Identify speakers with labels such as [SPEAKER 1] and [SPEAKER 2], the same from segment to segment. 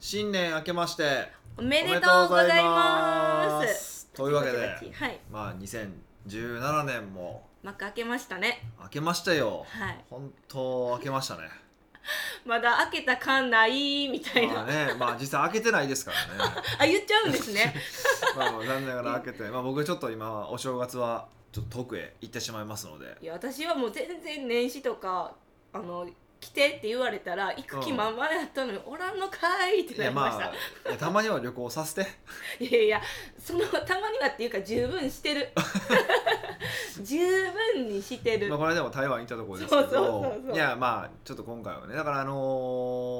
[SPEAKER 1] 新年明けまして
[SPEAKER 2] おめでとうございます
[SPEAKER 1] というわけで
[SPEAKER 2] はい
[SPEAKER 1] まあ2017年も
[SPEAKER 2] 幕開けましたね
[SPEAKER 1] 明けましたよ
[SPEAKER 2] はい
[SPEAKER 1] 本当明けましたね
[SPEAKER 2] まだ開けた感ないみたいな、
[SPEAKER 1] ま
[SPEAKER 2] あ
[SPEAKER 1] あねまあ実際明けてないですからね
[SPEAKER 2] 言っちゃうんですね
[SPEAKER 1] まあ残念ながら明けて、まあ、僕ちょっと今お正月はちょっと遠くへ行ってしまいますので
[SPEAKER 2] いや私はもう全然年始とかあの来てって言われたら行く気満々やったのに、おらんのかいってな
[SPEAKER 1] ね
[SPEAKER 2] りま
[SPEAKER 1] ま
[SPEAKER 2] した、
[SPEAKER 1] あいやたまには旅行させて
[SPEAKER 2] いやいやそのたまにはっていうか十分し てる十分にしてる、
[SPEAKER 1] まあこれでも台湾行ったところですけど
[SPEAKER 2] そうそうそうそう
[SPEAKER 1] いやまあちょっと今回はねだからあの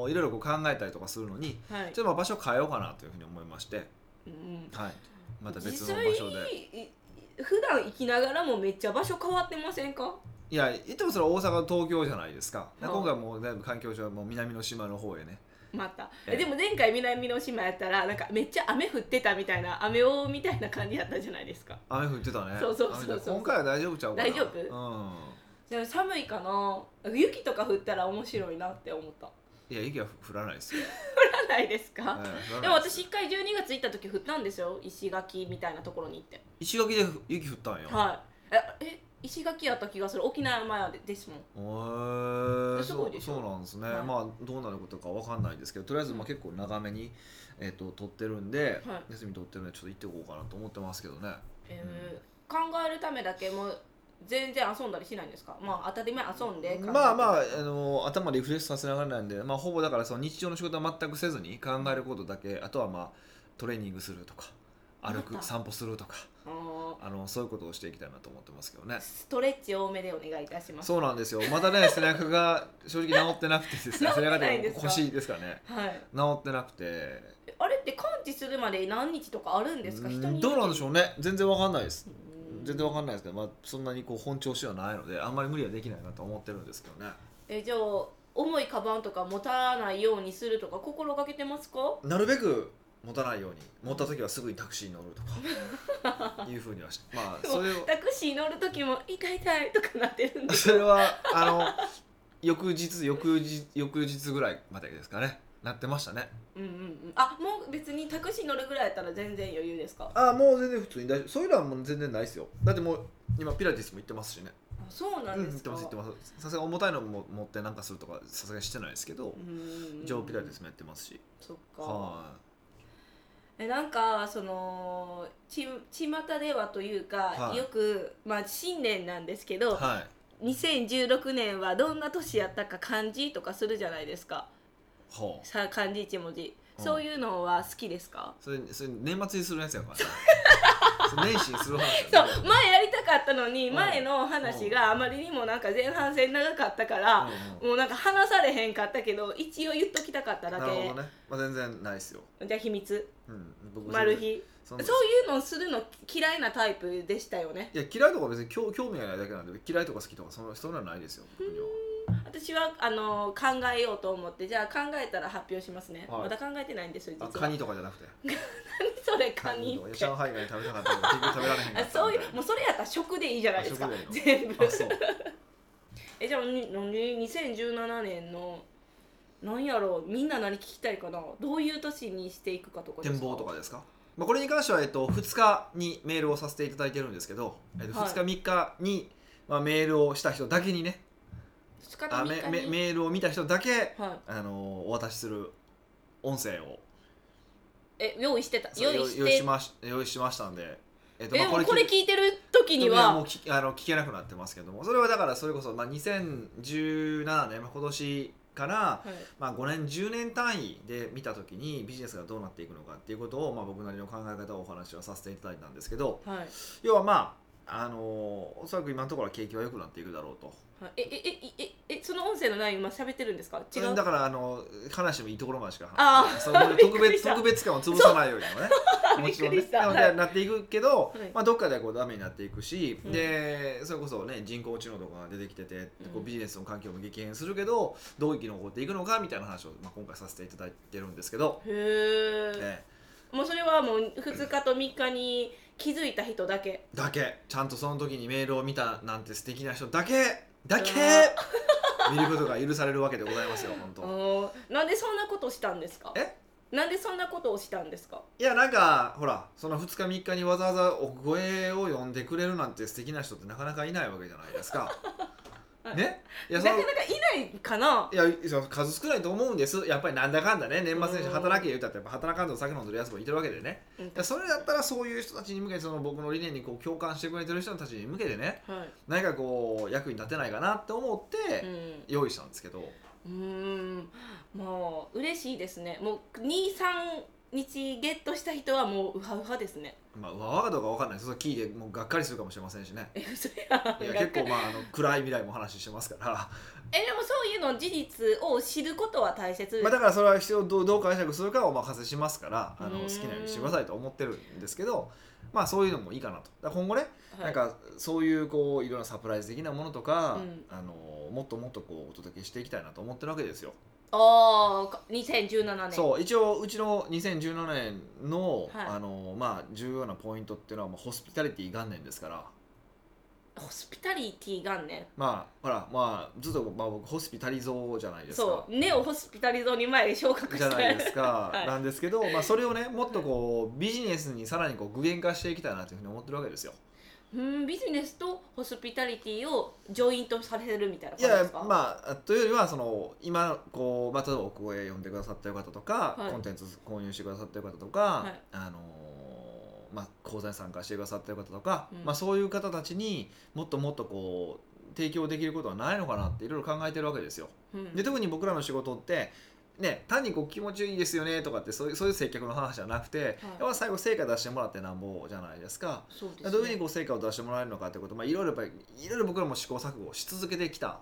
[SPEAKER 1] ーいろいろこう考えたりとかするのに
[SPEAKER 2] はい
[SPEAKER 1] ちょっとまあ場所変えようかなというふうに思いまして
[SPEAKER 2] うん、
[SPEAKER 1] はいまた別の場所で
[SPEAKER 2] 実際い普段行きながらもめっちゃ場所変わってませんか
[SPEAKER 1] いやいつもそれは大阪東京じゃないですか、で
[SPEAKER 2] はい
[SPEAKER 1] 今回もうだいぶ環境省はもう南の島の方へね
[SPEAKER 2] また
[SPEAKER 1] ええ
[SPEAKER 2] えでも前回南の島やったらなんかめっちゃ雨降ってたみたいな雨をみたいな感じやったじゃないですか
[SPEAKER 1] 雨降ってたね
[SPEAKER 2] そうそうそうそ
[SPEAKER 1] 雨
[SPEAKER 2] う
[SPEAKER 1] で今回は大丈夫ちゃうかな
[SPEAKER 2] 大丈夫
[SPEAKER 1] う
[SPEAKER 2] でも寒いかな雪とか降ったら面白いなって思った降
[SPEAKER 1] んいや雪は降らないですよ、
[SPEAKER 2] らないですか、
[SPEAKER 1] ええ降らないす
[SPEAKER 2] でも私一回12月行った時降ったんですよ石垣みたいなところに行って
[SPEAKER 1] 石垣で雪降ったんよ
[SPEAKER 2] はいええ石垣やった気がする沖縄前ですもん
[SPEAKER 1] へー
[SPEAKER 2] すごいでしょ
[SPEAKER 1] そうそうなんですね、
[SPEAKER 2] はい
[SPEAKER 1] まあどうなることかわかんないですけどとりあえずまあ結構長めに、えっと撮ってるんで、
[SPEAKER 2] はい
[SPEAKER 1] 休み撮ってるんでちょっと行ってこうかなと思ってますけどね
[SPEAKER 2] えー考えるためだけもう全然遊んだりしないんですかまあ当たり前遊んで
[SPEAKER 1] まあまあ
[SPEAKER 2] あ、
[SPEAKER 1] あの頭リフレッシュさせながらなんで、まあ、ほぼだからその日常の仕事は全くせずに考えることだけあとはまあトレーニングするとか歩
[SPEAKER 2] ま
[SPEAKER 1] く
[SPEAKER 2] た
[SPEAKER 1] 散歩するとか
[SPEAKER 2] あの
[SPEAKER 1] あのそういうことをしていきたいなと思ってますけどね
[SPEAKER 2] ストレッチ多めでお願いいたします
[SPEAKER 1] そうなんですよまだ ね背中が正直治ってなくてですね
[SPEAKER 2] 治
[SPEAKER 1] 背
[SPEAKER 2] って
[SPEAKER 1] 中
[SPEAKER 2] ないん
[SPEAKER 1] で
[SPEAKER 2] ですか
[SPEAKER 1] 腰ですからね
[SPEAKER 2] はい
[SPEAKER 1] 治ってなくて
[SPEAKER 2] あれって完治するまで何日とかあるんですか人
[SPEAKER 1] うん
[SPEAKER 2] に
[SPEAKER 1] どうなんで
[SPEAKER 2] し
[SPEAKER 1] しょうね全然わかんないです
[SPEAKER 2] ょ
[SPEAKER 1] 全然わかんないですけど、まあ、そんなにこう本調子はないのであんまり無理はできないなと思ってるんですけどね
[SPEAKER 2] えじゃあ重いカバンとか持たないようにするとか心がけてますか
[SPEAKER 1] なるべく持たないように持った時はすぐにタクシーに乗ると かいうふうにはしまあ
[SPEAKER 2] でも
[SPEAKER 1] それを
[SPEAKER 2] タクシー乗る時も痛い痛いとかなってるんで
[SPEAKER 1] それはあの翌日翌日翌日ぐらいまでですかねなってましたね
[SPEAKER 2] うんうんうんあもう別にタクシー乗るぐらいやったら全然余裕ですかあ
[SPEAKER 1] ああもう全然普通に大丈夫そういうのはもう全然ないですよだってもう今ピラティスも行ってますしね
[SPEAKER 2] そうなん
[SPEAKER 1] うん
[SPEAKER 2] で
[SPEAKER 1] 行っ
[SPEAKER 2] す
[SPEAKER 1] て
[SPEAKER 2] か、
[SPEAKER 1] ます行ってますさすがに重たいのも持ってなんかするとかさすがにしてないですけど
[SPEAKER 2] うん
[SPEAKER 1] 一応ピラティスもやってますし
[SPEAKER 2] そっか
[SPEAKER 1] は
[SPEAKER 2] えなんかそのち巷ではというか、
[SPEAKER 1] はい
[SPEAKER 2] よくまあ新年なんですけ
[SPEAKER 1] い
[SPEAKER 2] ど、
[SPEAKER 1] はい
[SPEAKER 2] 2016年はどんな年やったか漢字とかするじゃないですか
[SPEAKER 1] ほう
[SPEAKER 2] さ漢字一文字
[SPEAKER 1] うん
[SPEAKER 2] そういうのは好きですか、
[SPEAKER 1] それそれ年末にするやつやからね それ年始にする話やね
[SPEAKER 2] そう前やりたかったのに
[SPEAKER 1] うん
[SPEAKER 2] 前の話があまりにもなんか前半戦長かったから
[SPEAKER 1] うんうん
[SPEAKER 2] もうなんか話されへんかったけど一応言っときたかっただ
[SPEAKER 1] なるほど
[SPEAKER 2] け
[SPEAKER 1] ね、まあ、全然ないですよ、
[SPEAKER 2] じゃあ秘密
[SPEAKER 1] うん、僕
[SPEAKER 2] マル秘
[SPEAKER 1] そ
[SPEAKER 2] そ
[SPEAKER 1] ん
[SPEAKER 2] うい
[SPEAKER 1] な
[SPEAKER 2] うのするの嫌いなタイプでしたよね
[SPEAKER 1] いや嫌いとか別に興興味がないだけなんで嫌いとか好きとかそのそういうのはないですよ僕には
[SPEAKER 2] 私はあの考えようと思ってじゃあ考えたら発表しますね、
[SPEAKER 1] はい
[SPEAKER 2] まだ考えてないんですよ実
[SPEAKER 1] あ
[SPEAKER 2] は
[SPEAKER 1] カニとかじゃなくて
[SPEAKER 2] それカニ
[SPEAKER 1] と
[SPEAKER 2] っ
[SPEAKER 1] か
[SPEAKER 2] て
[SPEAKER 1] 上海ガニ食べたかったけど結局食べられへんか
[SPEAKER 2] あ
[SPEAKER 1] った
[SPEAKER 2] そうい
[SPEAKER 1] みた
[SPEAKER 2] うもうそれやったら食でいいじゃないですか
[SPEAKER 1] あ食
[SPEAKER 2] 全部
[SPEAKER 1] あそう
[SPEAKER 2] えじゃあに何2017年のなんやろうみんな何聞きたいかなどういう年にしていくかとかで
[SPEAKER 1] 展
[SPEAKER 2] す
[SPEAKER 1] 望とかですか、まあ、これに関しては、えっと、2日にメールをさせていただいてるんですけど、えっと、
[SPEAKER 2] はい
[SPEAKER 1] 2日3日に、まあ、メールをした人だけにね
[SPEAKER 2] 仕方
[SPEAKER 1] あ
[SPEAKER 2] ない
[SPEAKER 1] め
[SPEAKER 2] か
[SPEAKER 1] め
[SPEAKER 2] に
[SPEAKER 1] メールを見た人だけ、
[SPEAKER 2] はい
[SPEAKER 1] あのーお渡しする音声を
[SPEAKER 2] え用意してた用意して
[SPEAKER 1] 用意しまし用意しましたんで、えっ
[SPEAKER 2] えもうこれ
[SPEAKER 1] 聞
[SPEAKER 2] 聞いてる時に
[SPEAKER 1] もう
[SPEAKER 2] は
[SPEAKER 1] 聞あの聞けなくなってますけどもそれはだからそれこそ、まあ、2017年、まあ、今年から、
[SPEAKER 2] はい
[SPEAKER 1] まあ、5年10年単位で見た時にビジネスがどうなっていくのかっていうことを、まあ、僕なりの考え方をお話をさせていただいたんですけど
[SPEAKER 2] はい、はい
[SPEAKER 1] 要はまああのーおそらく今のところは景気は良くなっていくだろうと
[SPEAKER 2] ええええええその音声の内容今喋ってるんですか違う
[SPEAKER 1] だからあの話もいいところまでしか
[SPEAKER 2] あー
[SPEAKER 1] そういう特
[SPEAKER 2] びっくり
[SPEAKER 1] 別
[SPEAKER 2] した
[SPEAKER 1] 特別感を潰さないようにもね もちろん
[SPEAKER 2] び
[SPEAKER 1] ね
[SPEAKER 2] っくりした
[SPEAKER 1] なの
[SPEAKER 2] は
[SPEAKER 1] で
[SPEAKER 2] い
[SPEAKER 1] なっていくけど、
[SPEAKER 2] はい
[SPEAKER 1] まあ、どっかでこうダメになっていくし、
[SPEAKER 2] うん
[SPEAKER 1] でそれこそね人工知能とかが出てきててこ
[SPEAKER 2] う
[SPEAKER 1] うんビジネスの環境も激変するけどどう生き残っていくのかみたいな話を、まあ、今回させていただいてるんですけど、
[SPEAKER 2] へー
[SPEAKER 1] え
[SPEAKER 2] もうそれはもう2日と3日に気づいた人だけ
[SPEAKER 1] えだけちゃんとその時にメールを見たなんて素敵な人だけだけ見ることが許されるわけでございますよ本当。
[SPEAKER 2] あーなんでそんなことしたんですか
[SPEAKER 1] え
[SPEAKER 2] なんでそんなことをしたんですか
[SPEAKER 1] いやなんかほらその2日3日にわざわざお声を呼んでくれるなんて素敵な人ってなかなかいないわけじゃないです か
[SPEAKER 2] はい
[SPEAKER 1] ねいや
[SPEAKER 2] な
[SPEAKER 1] そ
[SPEAKER 2] かな
[SPEAKER 1] の
[SPEAKER 2] かいないかない
[SPEAKER 1] やその数少ないと思うんですやっぱりなんだかんだね年末年始
[SPEAKER 2] うん
[SPEAKER 1] 働け言うたってやっぱ働かんと酒飲んでるやつもいてるわけでね
[SPEAKER 2] うん
[SPEAKER 1] いやそれだったらそういう人たちに向けてその僕の理念にこう共感してくれてる人たちに向けてね
[SPEAKER 2] はい
[SPEAKER 1] 何かこう役に立てないかなって思って
[SPEAKER 2] うん
[SPEAKER 1] 用意したんですけど、
[SPEAKER 2] うーんもう嬉しいですねもう23日ゲットした人はもうウハウハですね
[SPEAKER 1] まあうわわかどうかわかんないですそれ聞いてもうがっかりするかもしれませんしね
[SPEAKER 2] え嘘や
[SPEAKER 1] いや
[SPEAKER 2] がっ
[SPEAKER 1] 結
[SPEAKER 2] かり
[SPEAKER 1] 構まああの暗い未来も話してますから
[SPEAKER 2] えでもそういうの事実を知ることは大切です、
[SPEAKER 1] まあ、だからそれは人をどうどう解釈するかはお任せしますからあの
[SPEAKER 2] う
[SPEAKER 1] 好
[SPEAKER 2] ん
[SPEAKER 1] きなようにしてくださいと思ってるんですけど、まあ、そういうのもいいかなとだから今後ね、
[SPEAKER 2] は
[SPEAKER 1] ないんかそういうこういろんなサプライズ的なものとか、
[SPEAKER 2] うん
[SPEAKER 1] あのもっともっとこうお届けしていきたいなと思ってるわけですよ。
[SPEAKER 2] ああ2017年
[SPEAKER 1] そう一応うちの2017年の,、
[SPEAKER 2] はい
[SPEAKER 1] あのまあ、重要なポイントっていうのはもうホスピタリティ元年ですから。
[SPEAKER 2] ホスピタリティ元年
[SPEAKER 1] まあほらまあずっと、まあ、僕ホスピタリゾーじゃないですか。
[SPEAKER 2] そうネオホスピタリゾに前に昇格
[SPEAKER 1] じゃ
[SPEAKER 2] し
[SPEAKER 1] な
[SPEAKER 2] た
[SPEAKER 1] いですか、
[SPEAKER 2] はい
[SPEAKER 1] なんですけど、まあ、それをねもっとこうビジネスにさらにこう具現化していきたいなというふうに思ってるわけですよ。
[SPEAKER 2] うんビジネスとホスピタリティをジョイントされるみたいない感じで
[SPEAKER 1] や
[SPEAKER 2] すか
[SPEAKER 1] まあというよりはその今こう、まあ、例えばお声呼んでくださってる方とか、
[SPEAKER 2] はい
[SPEAKER 1] コンテンツ購入してくださってる方とか、
[SPEAKER 2] い
[SPEAKER 1] あのーまあ、講座に参加してくださってる方とか、
[SPEAKER 2] うん
[SPEAKER 1] まあ、そういう方たちにもっともっとこう提供できることはないのかなっていろいろ考えてるわけですよ。
[SPEAKER 2] うん
[SPEAKER 1] で特に僕らの仕事ってね、単にこう気持ちいいですよねとかってそういうそういう接客の話じゃなくて、やっぱ最後成果出してもらってなんぼじゃないですか。
[SPEAKER 2] そうです、ね、
[SPEAKER 1] どういうふうにこう成果を出してもらえるのかってこと、まあ、いろいろやっぱりいろいろ僕らも試行錯誤し続けてきた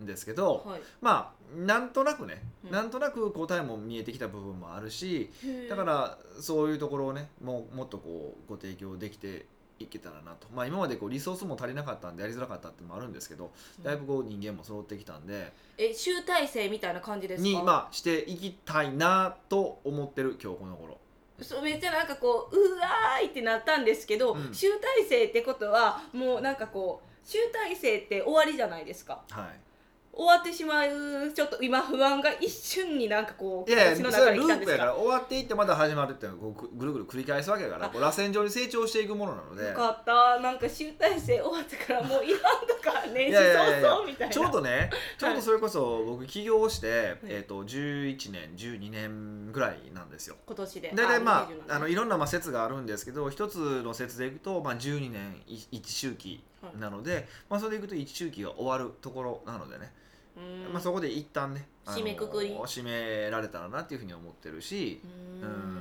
[SPEAKER 1] んですけど、
[SPEAKER 2] はい
[SPEAKER 1] まあなんとなくね、
[SPEAKER 2] うん
[SPEAKER 1] なんとなく答えも見えてきた部分もあるし
[SPEAKER 2] へー
[SPEAKER 1] だからそういうところをねもうもっとこうご提供できていけたらなと、まあ、今までこうリソースも足りなかったんでやりづらかったってのもあるんですけどだいぶこう人間も揃ってきたんで、
[SPEAKER 2] え集大成みたいな感じですか
[SPEAKER 1] にまあしていきたいなと思ってる今日この頃。
[SPEAKER 2] そうめっちゃなんかこううわーいってなったんですけど、
[SPEAKER 1] うん
[SPEAKER 2] 集大成ってことはもうなんかこう集大成って終わりじゃないですか
[SPEAKER 1] はい
[SPEAKER 2] 終わってしまうちょっと今不安が一瞬になんかこう
[SPEAKER 1] いやい
[SPEAKER 2] 私
[SPEAKER 1] や
[SPEAKER 2] の
[SPEAKER 1] それは
[SPEAKER 2] 中
[SPEAKER 1] ル
[SPEAKER 2] に来たん
[SPEAKER 1] ープ
[SPEAKER 2] です
[SPEAKER 1] やか
[SPEAKER 2] から
[SPEAKER 1] 終わっていってまだ始まるっていうのはこうぐるぐる繰り返すわけやから
[SPEAKER 2] あ
[SPEAKER 1] こう螺旋状に成長していくものなので
[SPEAKER 2] よかったなんか集大成終わってからもういらんとか年
[SPEAKER 1] いやい
[SPEAKER 2] 始
[SPEAKER 1] やいや
[SPEAKER 2] 早々みたいな
[SPEAKER 1] ちょうどねちょうどそれこそ僕起業して、えー、と11年12年ぐらいなんですよ
[SPEAKER 2] 今年で
[SPEAKER 1] 大体ま
[SPEAKER 2] 2017
[SPEAKER 1] ああのいろんなまあ説があるんですけど一つの説でいくと、まあ、12年1周期なので、まあ、それでいくと1周期が終わるところなのでね、
[SPEAKER 2] うん
[SPEAKER 1] まあ、そこで一旦ねあの
[SPEAKER 2] 締めくくり
[SPEAKER 1] 締められたらなっていうふうに思ってるし
[SPEAKER 2] うーん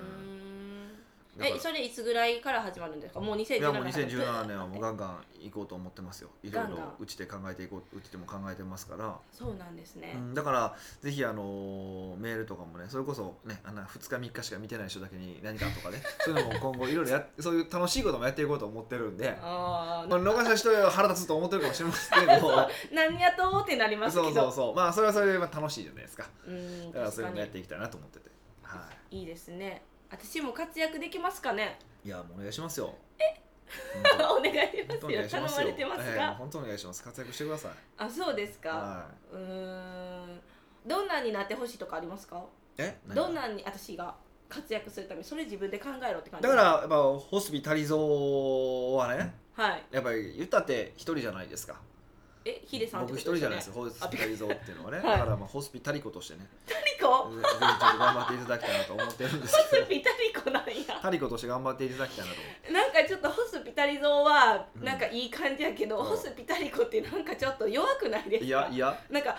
[SPEAKER 1] だから
[SPEAKER 2] えそれいつぐらいから始まるんですかもう2017年
[SPEAKER 1] いやもう2017年はもうガンガン行こうと思ってますよいろい
[SPEAKER 2] ガン
[SPEAKER 1] ろ
[SPEAKER 2] ガン
[SPEAKER 1] うちで考えていこううちでも考えてますから、
[SPEAKER 2] そうなんですね、
[SPEAKER 1] うん、だからぜひあのーメールとかもねそれこそねあの2日3日しか見てない人だけに何かとかねそういうのも今後いろいろやっそういう楽しいこともやっていこうと思ってるんで
[SPEAKER 2] ああ
[SPEAKER 1] まあ逃した人は腹立つと思ってるかもしれませんけど
[SPEAKER 2] 何やとうってなります
[SPEAKER 1] そ
[SPEAKER 2] け
[SPEAKER 1] うそう
[SPEAKER 2] ど
[SPEAKER 1] そうまあそれはそれでまあ楽しいじゃないですか
[SPEAKER 2] うん
[SPEAKER 1] だからそ
[SPEAKER 2] 確
[SPEAKER 1] れ
[SPEAKER 2] か
[SPEAKER 1] もやっ
[SPEAKER 2] に
[SPEAKER 1] ていきたいなと思ってて、はい
[SPEAKER 2] いですね私も活躍できますかね
[SPEAKER 1] い、いやもうお願いしますよ
[SPEAKER 2] お願いし
[SPEAKER 1] 本当
[SPEAKER 2] ま
[SPEAKER 1] お
[SPEAKER 2] すよ
[SPEAKER 1] 願いし
[SPEAKER 2] 頼
[SPEAKER 1] ます
[SPEAKER 2] ま
[SPEAKER 1] よ
[SPEAKER 2] れてます
[SPEAKER 1] ええもう
[SPEAKER 2] が、
[SPEAKER 1] 本当お願いします活躍してください、
[SPEAKER 2] あそうですか
[SPEAKER 1] は
[SPEAKER 2] うーんどんなになってほしいとかありますか
[SPEAKER 1] い、え何が
[SPEAKER 2] どんなに私が活躍するためにそれ自分で考えろって感じ
[SPEAKER 1] だからやっぱホスピタリゾーはね
[SPEAKER 2] はい
[SPEAKER 1] やっぱり言ったって一人じゃないですか
[SPEAKER 2] えヒデさんって
[SPEAKER 1] 僕
[SPEAKER 2] こ
[SPEAKER 1] 一
[SPEAKER 2] と
[SPEAKER 1] 人
[SPEAKER 2] で
[SPEAKER 1] じゃ
[SPEAKER 2] すよ
[SPEAKER 1] ない
[SPEAKER 2] ね
[SPEAKER 1] ですよホスピタリゾーっていうのはね、
[SPEAKER 2] はい
[SPEAKER 1] だからまあホスピタリコとしてねぜ
[SPEAKER 2] タリ
[SPEAKER 1] ひ
[SPEAKER 2] コ
[SPEAKER 1] ちょっと頑張っていただきたいなと思ってるんですけ
[SPEAKER 2] ホ
[SPEAKER 1] ど
[SPEAKER 2] スピタリコなんや
[SPEAKER 1] タリコとして頑張っていただきたいなと思って
[SPEAKER 2] なんかちょっとホスピタリゾーは
[SPEAKER 1] うん
[SPEAKER 2] なんかいい感じやけど、
[SPEAKER 1] うん
[SPEAKER 2] ホスピタリコってなんかちょっと弱くないですか
[SPEAKER 1] いやいや
[SPEAKER 2] なんか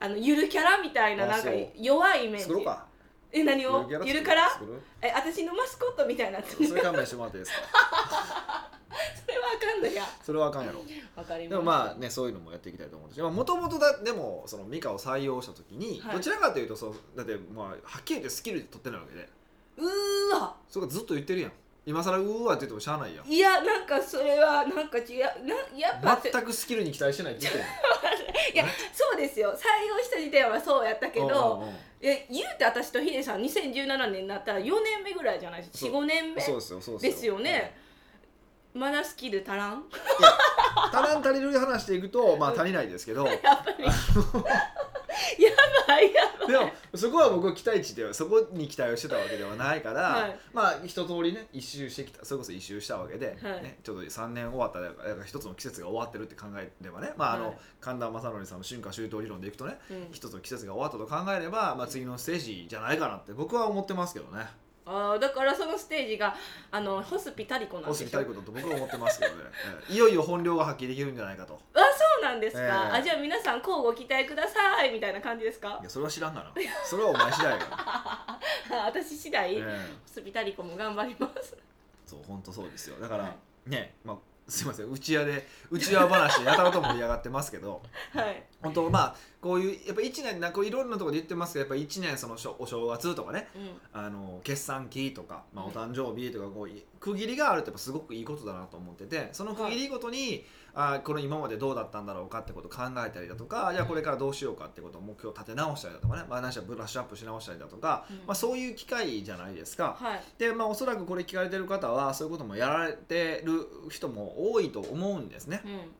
[SPEAKER 2] あのゆるキャラみたいな
[SPEAKER 1] あ
[SPEAKER 2] なんか
[SPEAKER 1] そう
[SPEAKER 2] 弱いイメージ
[SPEAKER 1] 作ろうか
[SPEAKER 2] え何を
[SPEAKER 1] ゆる
[SPEAKER 2] ゆる
[SPEAKER 1] キ
[SPEAKER 2] キ
[SPEAKER 1] ャ
[SPEAKER 2] ャ
[SPEAKER 1] ラ
[SPEAKER 2] ラ
[SPEAKER 1] 作る
[SPEAKER 2] え私のマスコットみたいになってるそ
[SPEAKER 1] そ
[SPEAKER 2] れ
[SPEAKER 1] れ
[SPEAKER 2] は
[SPEAKER 1] 勘弁してもらっていいですか
[SPEAKER 2] あかんのや
[SPEAKER 1] それはあかんやろ
[SPEAKER 2] わかります
[SPEAKER 1] でもまあねそういうのもやっていきたいと思うしもともとだでもそのミカを採用した時に、
[SPEAKER 2] はい
[SPEAKER 1] どちらかというとそうだってまあはっきり言ってスキルで取ってないわけで
[SPEAKER 2] うーわ
[SPEAKER 1] それがずっと言ってるやん今更うーわって言ってもしゃあないやん
[SPEAKER 2] いやなんかそれはなんか違うなやっぱせ
[SPEAKER 1] 全くスキルに期待してないって言ってる
[SPEAKER 2] いやそうですよ採用した時点はそうやったけど
[SPEAKER 1] うんうんうん
[SPEAKER 2] え言うて私とヒデさん2017年になったら4年目ぐらいじゃないです
[SPEAKER 1] そ
[SPEAKER 2] か
[SPEAKER 1] う
[SPEAKER 2] 45年目
[SPEAKER 1] そうですよそうですよ
[SPEAKER 2] ですよね、まだスキル足らん
[SPEAKER 1] うん足らん足りる話でいくとまあ足りないですけど
[SPEAKER 2] やっぱりやないや ろ
[SPEAKER 1] でもそこは僕は期待値ではそこに期待をしてたわけではないから、
[SPEAKER 2] はい
[SPEAKER 1] まあ一通りね一周してきたそれこそ一周したわけで、
[SPEAKER 2] はい
[SPEAKER 1] ね、ちょっと3年終わっただから一つの季節が終わってるって考えればね、まああの
[SPEAKER 2] はい
[SPEAKER 1] 神田正則さんの春夏秋冬理論でいくとね
[SPEAKER 2] うん
[SPEAKER 1] 一つの季節が終わったと考えれば、まあ、次のステージじゃないかなって僕は思ってますけどね
[SPEAKER 2] あーだからそのステージがあのホスピタリコなん
[SPEAKER 1] お
[SPEAKER 2] で
[SPEAKER 1] す
[SPEAKER 2] す
[SPEAKER 1] ぎ
[SPEAKER 2] よ
[SPEAKER 1] たいことと僕は思ってますけ どね、ええいよいよ本領が発揮できるんじゃないかと
[SPEAKER 2] あそうなんですか、
[SPEAKER 1] ええ
[SPEAKER 2] あじゃあ皆さん交互期待くださいみたいな感じですか
[SPEAKER 1] いやそれは知らんがなそれはお前次第 やから、
[SPEAKER 2] あ 私次第、
[SPEAKER 1] ええ
[SPEAKER 2] ホスピタリコも頑張ります
[SPEAKER 1] そう本当そうですよだから、
[SPEAKER 2] は
[SPEAKER 1] ねまあすいません内輪で内輪話でやたらと盛り上がってますけど
[SPEAKER 2] はい
[SPEAKER 1] 本当まあこういうやっぱ1年なこういろんなところで言ってますけどやっぱ1年そのしょお正月とかね
[SPEAKER 2] うん
[SPEAKER 1] あの決算期とか、まあ、
[SPEAKER 2] うん
[SPEAKER 1] お誕生日とかこうい区切りがあるってやっぱすごくいいことだなと思っててその区切りごとに、あーこの今までどうだったんだろうかってことを考えたりだとかじゃあこれからどうしようかってことを目標を立て直したりだとかね、まあ、何しろブラッシュアップし直したりだとか、
[SPEAKER 2] うん
[SPEAKER 1] まあ、そういう機会じゃないですか。
[SPEAKER 2] はい
[SPEAKER 1] でまあ、おそらくこれ聞かれてる方はそういうこともやられてる人も多いと思うんですね
[SPEAKER 2] う。ん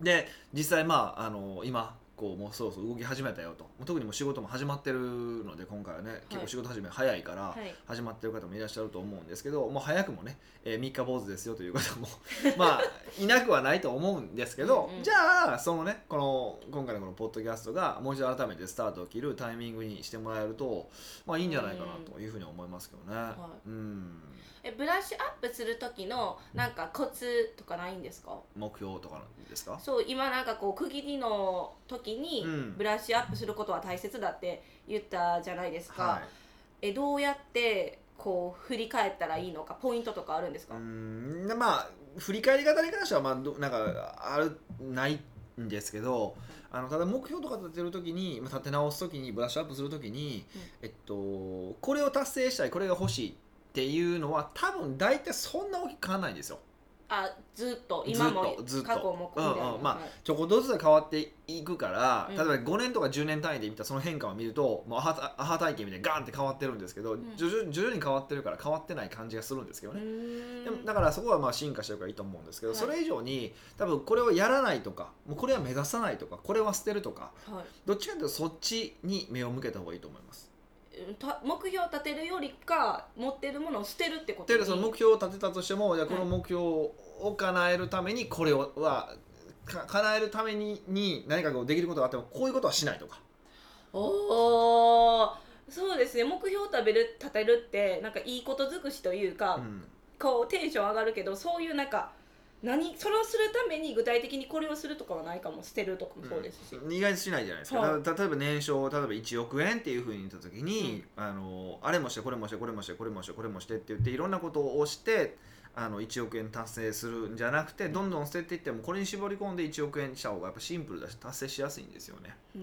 [SPEAKER 1] で実際まああの今こうもうそろそろ動き始めたよともう特にもう仕事も始まってるので今回はね結構仕事始め早いから
[SPEAKER 2] はい
[SPEAKER 1] 始まってる方もいらっしゃると思うんですけどもう早くもね、えー、3日坊主ですよという方も まあいなくはないと思うんですけど
[SPEAKER 2] うんうん
[SPEAKER 1] じゃあそのねこの今回のこのポッドキャストがもう一度改めてスタートを切るタイミングにしてもらえるとまあいいんじゃないかなというふうに思いますけどね。うん
[SPEAKER 2] えブラッシュアップする時のなんかコツとかないんですか
[SPEAKER 1] 目標とかですか
[SPEAKER 2] そう今なんかこう区切りの時に
[SPEAKER 1] うん
[SPEAKER 2] ブラッシュアップすることは大切だって言ったじゃないですか、
[SPEAKER 1] はい
[SPEAKER 2] えどうやってこう振り返ったらいいのかポイントとかあるんです
[SPEAKER 1] う
[SPEAKER 2] か、
[SPEAKER 1] ーんでまあ振り返り方に関してはまあどなんかあるないんですけどあのただ目標とか立てる時にまあ立て直す時にブラッシュアップする時に、
[SPEAKER 2] うん
[SPEAKER 1] えっと、これを達成したいこれが欲しいっていうのは多分大体そんな大きく変わらないんですよ。
[SPEAKER 2] あずっと今も
[SPEAKER 1] ずっとずっと
[SPEAKER 2] 過去も込んである
[SPEAKER 1] うんうんまあ
[SPEAKER 2] はい
[SPEAKER 1] ちょこっとずつ変わっていくから
[SPEAKER 2] うん
[SPEAKER 1] 例えば5年とか10年単位で見たその変化を見るともうアハタアハ体験みたいにガンって変わってるんですけど、
[SPEAKER 2] ん
[SPEAKER 1] 徐々に徐々に変わってるから変わってない感じがするんですけど
[SPEAKER 2] う
[SPEAKER 1] ね。
[SPEAKER 2] ーん
[SPEAKER 1] でもだからそこはまあ進化してるからいいと思うんですけど、
[SPEAKER 2] はい
[SPEAKER 1] それ以上に多分これをやらないとかもうこれは目指さないとかこれは捨てるとか
[SPEAKER 2] はい
[SPEAKER 1] どっちかというとそっちに目を向けた方がいいと思います。
[SPEAKER 2] うんた目標を立てるよりか持ってるものを捨てるってこと
[SPEAKER 1] で
[SPEAKER 2] に
[SPEAKER 1] その目標を立てたとしてもじゃあこの目標を叶えるためにこれをはか叶えるためにに何かこうできることがあってもこういうことはしないとか
[SPEAKER 2] おーそうですね目標を食べる立てるってなんかいいこと尽くしというか、
[SPEAKER 1] うん
[SPEAKER 2] こうテンション上がるけどそういうなんか何それをするために具体的にこれをするとかはないかも捨てるとかもそうですし、
[SPEAKER 1] うん意外としないじゃないですか、
[SPEAKER 2] はい
[SPEAKER 1] た例えば年商例えば1億円っていうふうに言った時に、あのあれもしてこれもしてこれもしてこれもしてこれもしてって言っていろんなことをしてあの1億円達成するんじゃなくてどんどん捨てていってもこれに絞り込んで1億円にした方がやっぱシンプルだし達成しやすいんですよね
[SPEAKER 2] うー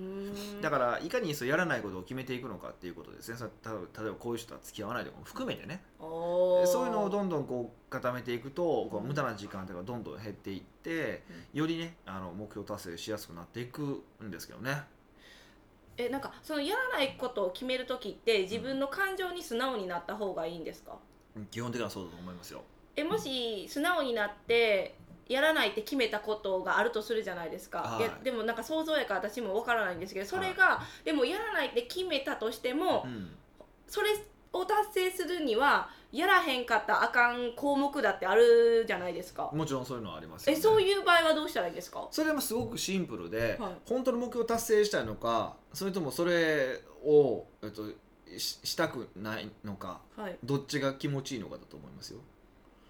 [SPEAKER 2] ん
[SPEAKER 1] だからいかにそうやらないことを決めていくのかっていうことですねさ例えば例えばこういう人とは付き合わないとかも含めてね
[SPEAKER 2] おー
[SPEAKER 1] そういうのをどんどんこう固めていくとこう無駄な時間とかどんどん減っていってよりねあの目標達成しやすくなっていくんですけどね。
[SPEAKER 2] えなんかそのやらないことを決める時って自分の感情に素直になった方がいいんですか
[SPEAKER 1] 基本的にはそうだと思いますよ。
[SPEAKER 2] えもし素直になってやらないって決めたことがあるとするじゃないですか、
[SPEAKER 1] はい
[SPEAKER 2] いやでもなんか想像やから私もわからないんですけどそれが、でもやらないって決めたとしても、
[SPEAKER 1] うん、
[SPEAKER 2] それを達成するにはやらへんかったらあかん項目だってあるじゃないですか、
[SPEAKER 1] もちろんそういうのはありますよ、
[SPEAKER 2] え
[SPEAKER 1] ね。
[SPEAKER 2] そういう場合はどうしたらいいですか
[SPEAKER 1] それもすごくシンプルで、
[SPEAKER 2] はい
[SPEAKER 1] 本当の目標を達成したいのか、それともそれをえっとししたくないのか、
[SPEAKER 2] はい
[SPEAKER 1] どっちが気持ちいいのかだと思いますよ。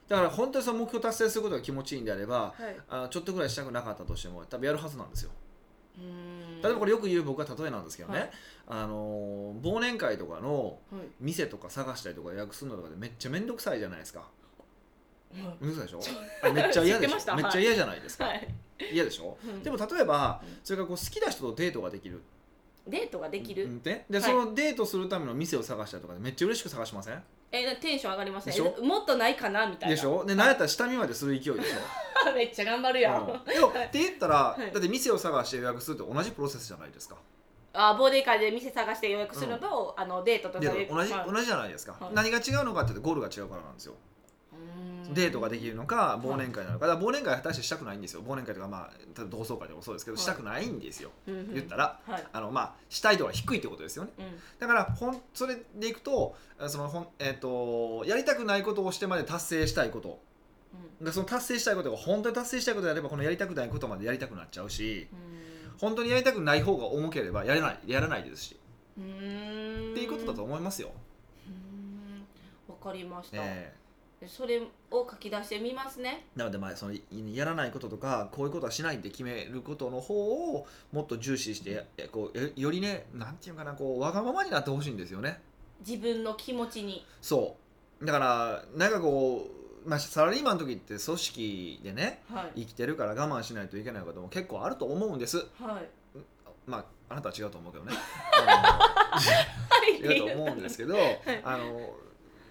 [SPEAKER 1] だから本当にその目標を達成することが気持ちいいんであれば、
[SPEAKER 2] はい
[SPEAKER 1] あちょっとぐらいしたくなかったとしても多分やるはずなんですよ。
[SPEAKER 2] うーん
[SPEAKER 1] 例えばこれよく言う僕は例えなんですけどね、
[SPEAKER 2] はい
[SPEAKER 1] あのー忘年会とかの
[SPEAKER 2] はい
[SPEAKER 1] 店とか探したりとか予約するのとかでめっちゃ面倒くさいじゃないですか。
[SPEAKER 2] は
[SPEAKER 1] めんどくさいでしょめっちゃ嫌でし
[SPEAKER 2] 知ってまし
[SPEAKER 1] ょ
[SPEAKER 2] た
[SPEAKER 1] めっちゃ嫌じゃないですか、
[SPEAKER 2] いはい
[SPEAKER 1] 嫌でしょ
[SPEAKER 2] うん
[SPEAKER 1] でも例えば
[SPEAKER 2] うん
[SPEAKER 1] それからこう好きな人とデートができる
[SPEAKER 2] デートができる、
[SPEAKER 1] うんねで、
[SPEAKER 2] はい
[SPEAKER 1] そのデートするための店を探したりとかでめっちゃ嬉しく探しません
[SPEAKER 2] えなテンション上がりません
[SPEAKER 1] でしょ
[SPEAKER 2] えもっとないかなみたいな
[SPEAKER 1] でしょで何やったら下見までする勢いでしょ、
[SPEAKER 2] めっちゃ頑張るやん、
[SPEAKER 1] うん、でもって言ったら、
[SPEAKER 2] はい
[SPEAKER 1] だって店を探して予約すると同じプロセスじゃないですか
[SPEAKER 2] あボーデーカーで店探して予約するのと、あのデートとか
[SPEAKER 1] で
[SPEAKER 2] で
[SPEAKER 1] 同じ
[SPEAKER 2] はい
[SPEAKER 1] 同じじゃないですか、
[SPEAKER 2] はい
[SPEAKER 1] 何が違うのかって言うとゴールが違うからなんですよ
[SPEAKER 2] うん
[SPEAKER 1] デートができるのか
[SPEAKER 2] うん
[SPEAKER 1] 忘年会なのかだから忘年会は果たしてしたくないんですよ忘年会とかまあ同窓会でもそうですけど
[SPEAKER 2] はい
[SPEAKER 1] したくないんですよ、
[SPEAKER 2] うんうん
[SPEAKER 1] 言ったら
[SPEAKER 2] はい
[SPEAKER 1] あのまあしたい度が低いってことですよね
[SPEAKER 2] うん
[SPEAKER 1] だからほんそれでいくとあそのほん、えっとやりたくないことをしてまで達成したいことでその達成したいことが本当に達成したいことであればこのやりたくないことまでやりたくなっちゃうし
[SPEAKER 2] う
[SPEAKER 1] 本当にやりたくない方が重ければやれないやらないですし、
[SPEAKER 2] んうん
[SPEAKER 1] っていうことだと思いますよ、
[SPEAKER 2] うんわかりました、
[SPEAKER 1] え
[SPEAKER 2] それを書き出してみますね
[SPEAKER 1] えなのでまあそのいやらないこととかこういうことはしないって決めることの方をもっと重視してえこうえよりねなんていうかなこうわがままになってほしいんですよね
[SPEAKER 2] 自分の気持ちに
[SPEAKER 1] そうだからなんかこう、まあ、サラリーマンの時って組織でね
[SPEAKER 2] はい
[SPEAKER 1] 生きてるから我慢しないといけないことも結構あると思うんです
[SPEAKER 2] はい
[SPEAKER 1] まああなたは違うと思うけどね
[SPEAKER 2] はい
[SPEAKER 1] あの違うと思うんですけど、
[SPEAKER 2] い
[SPEAKER 1] あの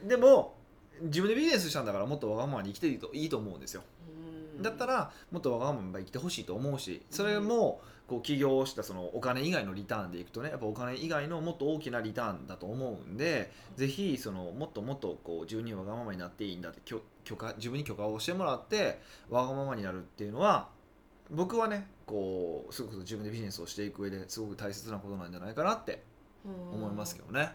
[SPEAKER 1] でも自分でビジネスしたんだからもっとわがままに生きていいといいと思うんですよ
[SPEAKER 2] うん
[SPEAKER 1] だったらもっとわがままに生きてほしいと思うしそれもこう起業したそのお金以外のリターンでいくとねやっぱお金以外のもっと大きなリターンだと思うんでぜひそのもっともっとこう自分にわがままになっていいんだって許許可自分に許可をしてもらってわがままになるっていうのは僕はねこうすごく自分でビジネスをしていく上ですごく大切なことなんじゃないかなって思いますけどね。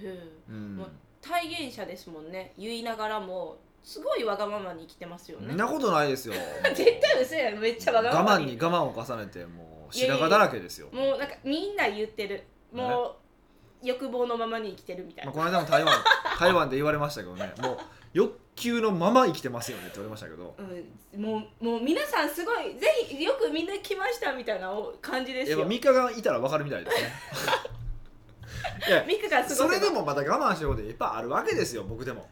[SPEAKER 2] ど、うん
[SPEAKER 1] うん
[SPEAKER 2] ま体現者ですもんね言いながらもすごいわがままに生きてますよ
[SPEAKER 1] そ
[SPEAKER 2] ね
[SPEAKER 1] んなことない ですよ。
[SPEAKER 2] 絶対嘘やんめっちゃわがまま
[SPEAKER 1] 我慢に我慢を重ねてもう白髪だらけですよ。
[SPEAKER 2] もうなんかみんな言ってるもう、欲望のままに生きてるみたい
[SPEAKER 1] まあ、
[SPEAKER 2] な、
[SPEAKER 1] この間も台湾 台湾で言われましたけどねもう欲求のまま生きてますよねって言われましたけど
[SPEAKER 2] うん、もうもう皆さんすごいぜひよくみんな来ましたみたいな感じです
[SPEAKER 1] やっ
[SPEAKER 2] よ
[SPEAKER 1] ぱ
[SPEAKER 2] ミ
[SPEAKER 1] ミカがいたら分かるみたいです ねいや
[SPEAKER 2] クがす
[SPEAKER 1] そ
[SPEAKER 2] ごい
[SPEAKER 1] れでもまた我慢してることいっぱいあるわけですよ僕でも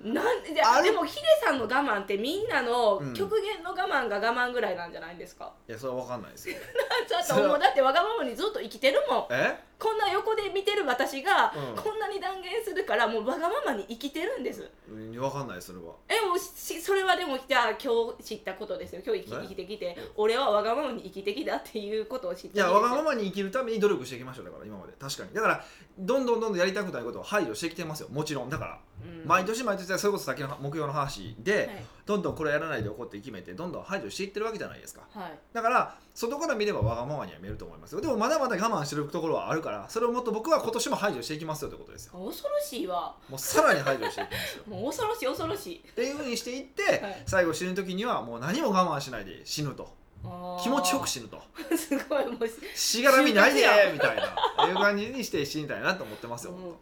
[SPEAKER 2] なんで
[SPEAKER 1] あれ
[SPEAKER 2] でもヒデさんの我慢ってみんなの
[SPEAKER 1] うん
[SPEAKER 2] 極限の我慢が我慢ぐらいなんじゃないんですか、
[SPEAKER 1] いやそれは分かんないですよ
[SPEAKER 2] だって
[SPEAKER 1] それは
[SPEAKER 2] もうだってわがままにずっと生きてるもん
[SPEAKER 1] え
[SPEAKER 2] こんな横で見てる私が、
[SPEAKER 1] うん
[SPEAKER 2] こんなに断言するからもうわがままに生きてるんです
[SPEAKER 1] うん分かんないそれは
[SPEAKER 2] えもうしそれはでもじゃあ今日知ったことですよ今日生き
[SPEAKER 1] ね
[SPEAKER 2] 生きてきて俺はわがままに生きてきたっていうことを知って
[SPEAKER 1] いやわがま
[SPEAKER 2] ま
[SPEAKER 1] まに生きるために努力していきましょうだから今まで確かにだからどんどんどんどんやりたくないことを排除してきてますよもちろんだから、毎年毎年それこそ先の目標の話で、
[SPEAKER 2] はい
[SPEAKER 1] どんどんこれやらないでおこうって決めてどんどん排除していってるわけじゃないですか
[SPEAKER 2] はい
[SPEAKER 1] だから外から見ればわがままには見えると思いますよでもまだまだ我慢してるところはあるからそれをもっと僕は今年も排除していきますよってことですよ
[SPEAKER 2] 恐ろしいわ
[SPEAKER 1] もうさらに排除していき ますよ
[SPEAKER 2] もう恐ろしい恐ろしい
[SPEAKER 1] っていうふうにしていって、
[SPEAKER 2] はい
[SPEAKER 1] 最後死ぬ時にはもう何も我慢しないで死ぬと
[SPEAKER 2] あー
[SPEAKER 1] 気持ちよく死ぬと
[SPEAKER 2] すごいもう
[SPEAKER 1] しがらみないで
[SPEAKER 2] 死ぬ時
[SPEAKER 1] みたいないう感じにして死にたいなと思ってますよ、
[SPEAKER 2] もう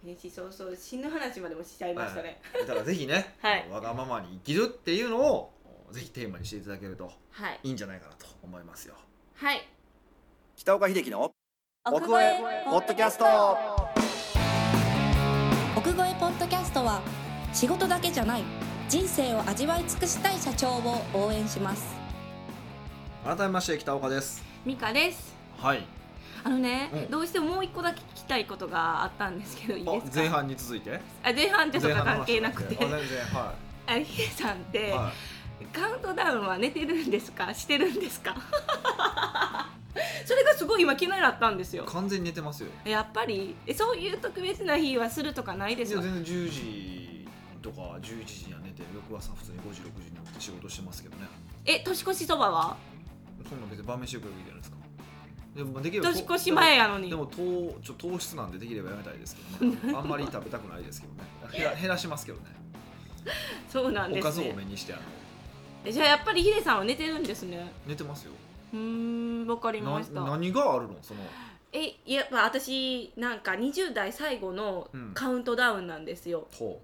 [SPEAKER 2] ねしそうそう死ぬ話までもしちゃいましたね
[SPEAKER 1] だからぜひね、
[SPEAKER 2] はい
[SPEAKER 1] わがままに生きるっていうのをぜひテーマにしていただけると
[SPEAKER 2] はい
[SPEAKER 1] いいんじゃないかなと思いますよ
[SPEAKER 2] はい
[SPEAKER 1] 北岡秀樹の奥越えポッドキャスト
[SPEAKER 3] 奥越えポッドキャストは仕事だけじゃない人生を味わい尽くしたい社長を応援します
[SPEAKER 1] 改めまして北岡です
[SPEAKER 2] ミカです
[SPEAKER 1] はい
[SPEAKER 2] あのね、
[SPEAKER 1] うん
[SPEAKER 2] どうしてももう一個だけ聞きたいことがあったんですけどいいです
[SPEAKER 1] あ
[SPEAKER 2] か
[SPEAKER 1] 前半に続いて
[SPEAKER 2] あ前半ってと
[SPEAKER 1] 前
[SPEAKER 2] か
[SPEAKER 1] 半の話
[SPEAKER 2] 関係なくて
[SPEAKER 1] あ全然は
[SPEAKER 2] あヒデさんって、
[SPEAKER 1] い、は
[SPEAKER 2] カウントダウンは寝てるんですかしてるんですか それがすごい今気になったんですよ
[SPEAKER 1] い、完全に寝てますよ
[SPEAKER 2] やっぱりえそういう特別な日はするとかないで
[SPEAKER 1] い
[SPEAKER 2] す
[SPEAKER 1] や
[SPEAKER 2] か
[SPEAKER 1] 全然10時とか11時には寝て翌朝普通に5時6時に起きて仕事してますけどね
[SPEAKER 2] え年越しそばは
[SPEAKER 1] そんな別に晩飯よくいいじゃないですかでもまあできれば
[SPEAKER 2] 年越し前やのに
[SPEAKER 1] でもでも糖ちょ糖質なんでできればやめたいですけどねあんまり食べたくないですけどね減ら減らしますけどね
[SPEAKER 2] そうなん
[SPEAKER 1] お
[SPEAKER 2] で
[SPEAKER 1] か
[SPEAKER 2] す
[SPEAKER 1] ずを
[SPEAKER 2] ね
[SPEAKER 1] 目にしてあの
[SPEAKER 2] えじゃあやっぱりヒデさんは寝てるんですね
[SPEAKER 1] 寝てますよ
[SPEAKER 2] うーんわかり
[SPEAKER 1] な
[SPEAKER 2] ました
[SPEAKER 1] 何があるのその
[SPEAKER 2] えやっぱ私なんか20代最後の
[SPEAKER 1] うん
[SPEAKER 2] カウントダウンなんですよ、
[SPEAKER 1] 糖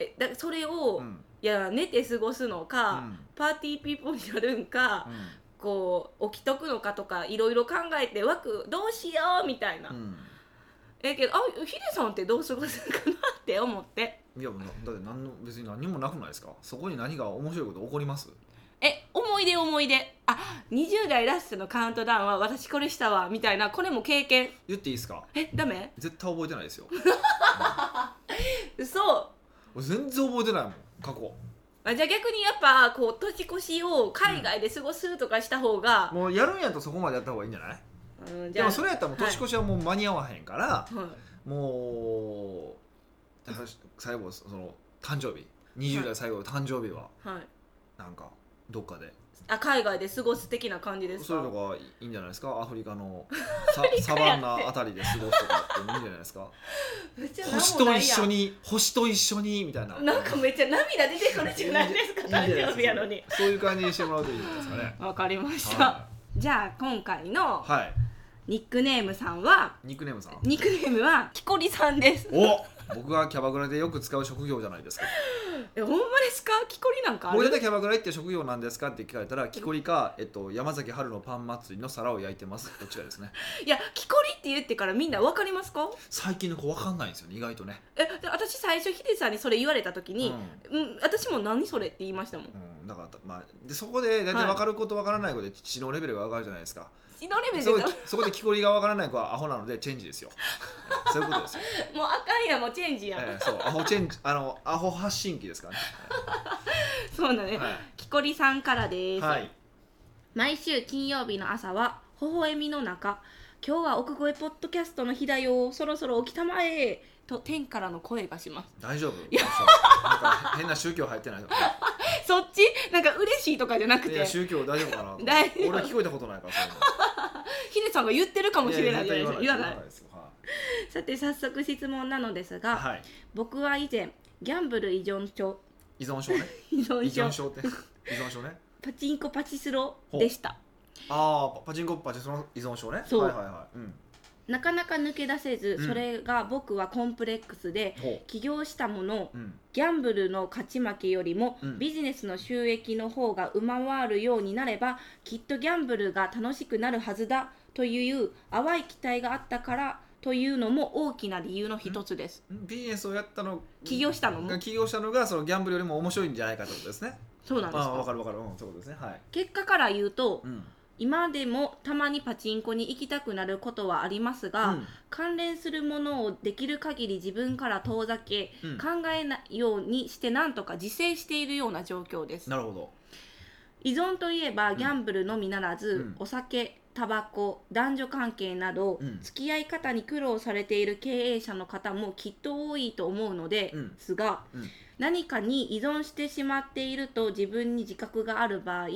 [SPEAKER 2] えだそれを、
[SPEAKER 1] うん
[SPEAKER 2] いや寝て過ごすの
[SPEAKER 1] う
[SPEAKER 2] か、
[SPEAKER 1] ん
[SPEAKER 2] パーティーピーポーになるんか、
[SPEAKER 1] う
[SPEAKER 2] こう起きとくのかとかいろいろ考えて枠どうしようみたいな、
[SPEAKER 1] ん
[SPEAKER 2] ええけどあヒデさんってどう過ごすのかなって思って
[SPEAKER 1] うんいやもうなだって何の別に何もなくないですかそこに何が面白いこと起こります
[SPEAKER 2] え思い出思い出あ20代ラストのカウントダウンは私これしたわみたいなこれも経験
[SPEAKER 1] 言っていいですか
[SPEAKER 2] えダメ
[SPEAKER 1] 絶対覚えてないですよ
[SPEAKER 2] 嘘
[SPEAKER 1] 俺全然覚えてないもん過去
[SPEAKER 2] あじゃあ逆にやっぱこう年越しを海外で過ごすとかした方が、
[SPEAKER 1] もうやるんやとそこまでやった方がいいんじゃない
[SPEAKER 2] うん、じ
[SPEAKER 1] で
[SPEAKER 2] ゃあ
[SPEAKER 1] もそれやったらもう年越しはもう間に合わへんから、
[SPEAKER 2] はい
[SPEAKER 1] もうだから最後その誕生日20
[SPEAKER 2] はい
[SPEAKER 1] 代最後の誕生日は
[SPEAKER 2] はい
[SPEAKER 1] なんかどっかで
[SPEAKER 2] あ海外で過ごす的な感じです
[SPEAKER 1] そういう
[SPEAKER 2] か
[SPEAKER 1] のがいいんじゃないですかアフリカ のササバンナあたりで過ごすとかっていいんじゃないですか
[SPEAKER 2] めっちゃ
[SPEAKER 1] 星
[SPEAKER 2] 何も
[SPEAKER 1] と
[SPEAKER 2] ないやん
[SPEAKER 1] 一緒に星と一緒にみたいな
[SPEAKER 2] なんかめっちゃ涙出てくるじゃないですか
[SPEAKER 1] いいんじゃな
[SPEAKER 2] 誕
[SPEAKER 1] いですか
[SPEAKER 2] 生日やのに
[SPEAKER 1] そういう感じにしてもらうといいんじゃないですか ね
[SPEAKER 2] わかりました
[SPEAKER 1] は
[SPEAKER 2] じゃあ今回の
[SPEAKER 1] い、はい、
[SPEAKER 2] ニックネームさんは
[SPEAKER 1] ニックネームさん
[SPEAKER 2] ニックネームはきこりさんです
[SPEAKER 1] お僕がキャバクラでよく使う職業じゃないですか
[SPEAKER 2] えほんまですかきこりなんかあ
[SPEAKER 1] 僕だ
[SPEAKER 2] る
[SPEAKER 1] けキャバクラ行って職業なんですかって聞かれたら木こりか、えっと、山崎春のパン祭りの皿を焼いてますどっちかですね
[SPEAKER 2] いやきこりって言ってからみんなわかりますか
[SPEAKER 1] 最近の子分かんないんですよね意外とね、
[SPEAKER 2] えで私最初ヒデさんにそれ言われた時
[SPEAKER 1] うん
[SPEAKER 2] に、うん、私も何それって言いましたもん
[SPEAKER 1] うん、だからまあでそこで大体分かること分からないことで知能レベルが分かるじゃないですか、
[SPEAKER 2] 血のレベル
[SPEAKER 1] そ
[SPEAKER 2] で
[SPEAKER 1] こ
[SPEAKER 2] も
[SPEAKER 1] でそこで木こりが分からない子はアホなのでチェンジです よそういうことですよ、
[SPEAKER 2] うあかんやんもうチェンジやん、
[SPEAKER 1] ええそうアホチェンジあのアホ発信機ですからね、
[SPEAKER 2] そうだね、
[SPEAKER 1] は
[SPEAKER 2] きこりさんからで
[SPEAKER 1] い、
[SPEAKER 2] す、
[SPEAKER 1] はい、
[SPEAKER 2] 毎週金曜日の朝は微笑みの中今日は奥越えポッドキャストの日だよそろそろ起きたまえと天からの声がします
[SPEAKER 1] 大丈夫なんか変な宗教入ってない
[SPEAKER 2] そっちなんか嬉しいとかじゃなく
[SPEAKER 1] い
[SPEAKER 2] て
[SPEAKER 1] や宗教大丈夫かな
[SPEAKER 2] 大丈夫
[SPEAKER 1] 俺は聞こえたことないからそういう の
[SPEAKER 2] ヒデさんが言ってるかもしれないじゃないですか言わない
[SPEAKER 1] ですよ
[SPEAKER 2] さて早速質問なのですが、
[SPEAKER 1] はい、はい、
[SPEAKER 2] 僕は以前ギャンブル依存症
[SPEAKER 1] 依存症ね
[SPEAKER 2] 依
[SPEAKER 1] 依
[SPEAKER 2] 存症
[SPEAKER 1] 存症って 依存症ね
[SPEAKER 2] パチンコパチスロでした
[SPEAKER 1] ああパチンコパチンコの依存症ね
[SPEAKER 2] そう
[SPEAKER 1] はいはいはい、うん、
[SPEAKER 2] なかなか抜け出せず、
[SPEAKER 1] うん
[SPEAKER 2] それが僕はコンプレックスで
[SPEAKER 1] ほ
[SPEAKER 2] 起業したもの
[SPEAKER 1] う、うん、
[SPEAKER 2] ギャンブルの勝ち負けよりも、
[SPEAKER 1] うん
[SPEAKER 2] ビジネスの収益の方が上回るようになればきっとギャンブルが楽しくなるはずだという淡い期待があったからというのも大きな理由の一つです。
[SPEAKER 1] ビジネスをやったの
[SPEAKER 2] 起業したのも
[SPEAKER 1] が起業したのがそのギャンブルよりも面白いんじゃないかってことですね
[SPEAKER 2] そうなんです
[SPEAKER 1] ああわか
[SPEAKER 2] か
[SPEAKER 1] るわかるうんそういうことですねはい、
[SPEAKER 2] 結果から言うと、
[SPEAKER 1] うん
[SPEAKER 2] 今でもたまにパチンコに行きたくなることはありますが、
[SPEAKER 1] うん
[SPEAKER 2] 関連するものをできる限り自分から遠ざけ、
[SPEAKER 1] うん
[SPEAKER 2] 考えないようにしてなんとか自制しているような状況です
[SPEAKER 1] なるほど
[SPEAKER 2] 依存といえばギャンブルのみならず、
[SPEAKER 1] うん
[SPEAKER 2] お酒タバコ男女関係など、
[SPEAKER 1] うん
[SPEAKER 2] 付き合い方に苦労されている経営者の方もきっと多いと思うので
[SPEAKER 1] うん
[SPEAKER 2] すが、
[SPEAKER 1] うん
[SPEAKER 2] 何かに依存してしまっていると自分に自覚がある場合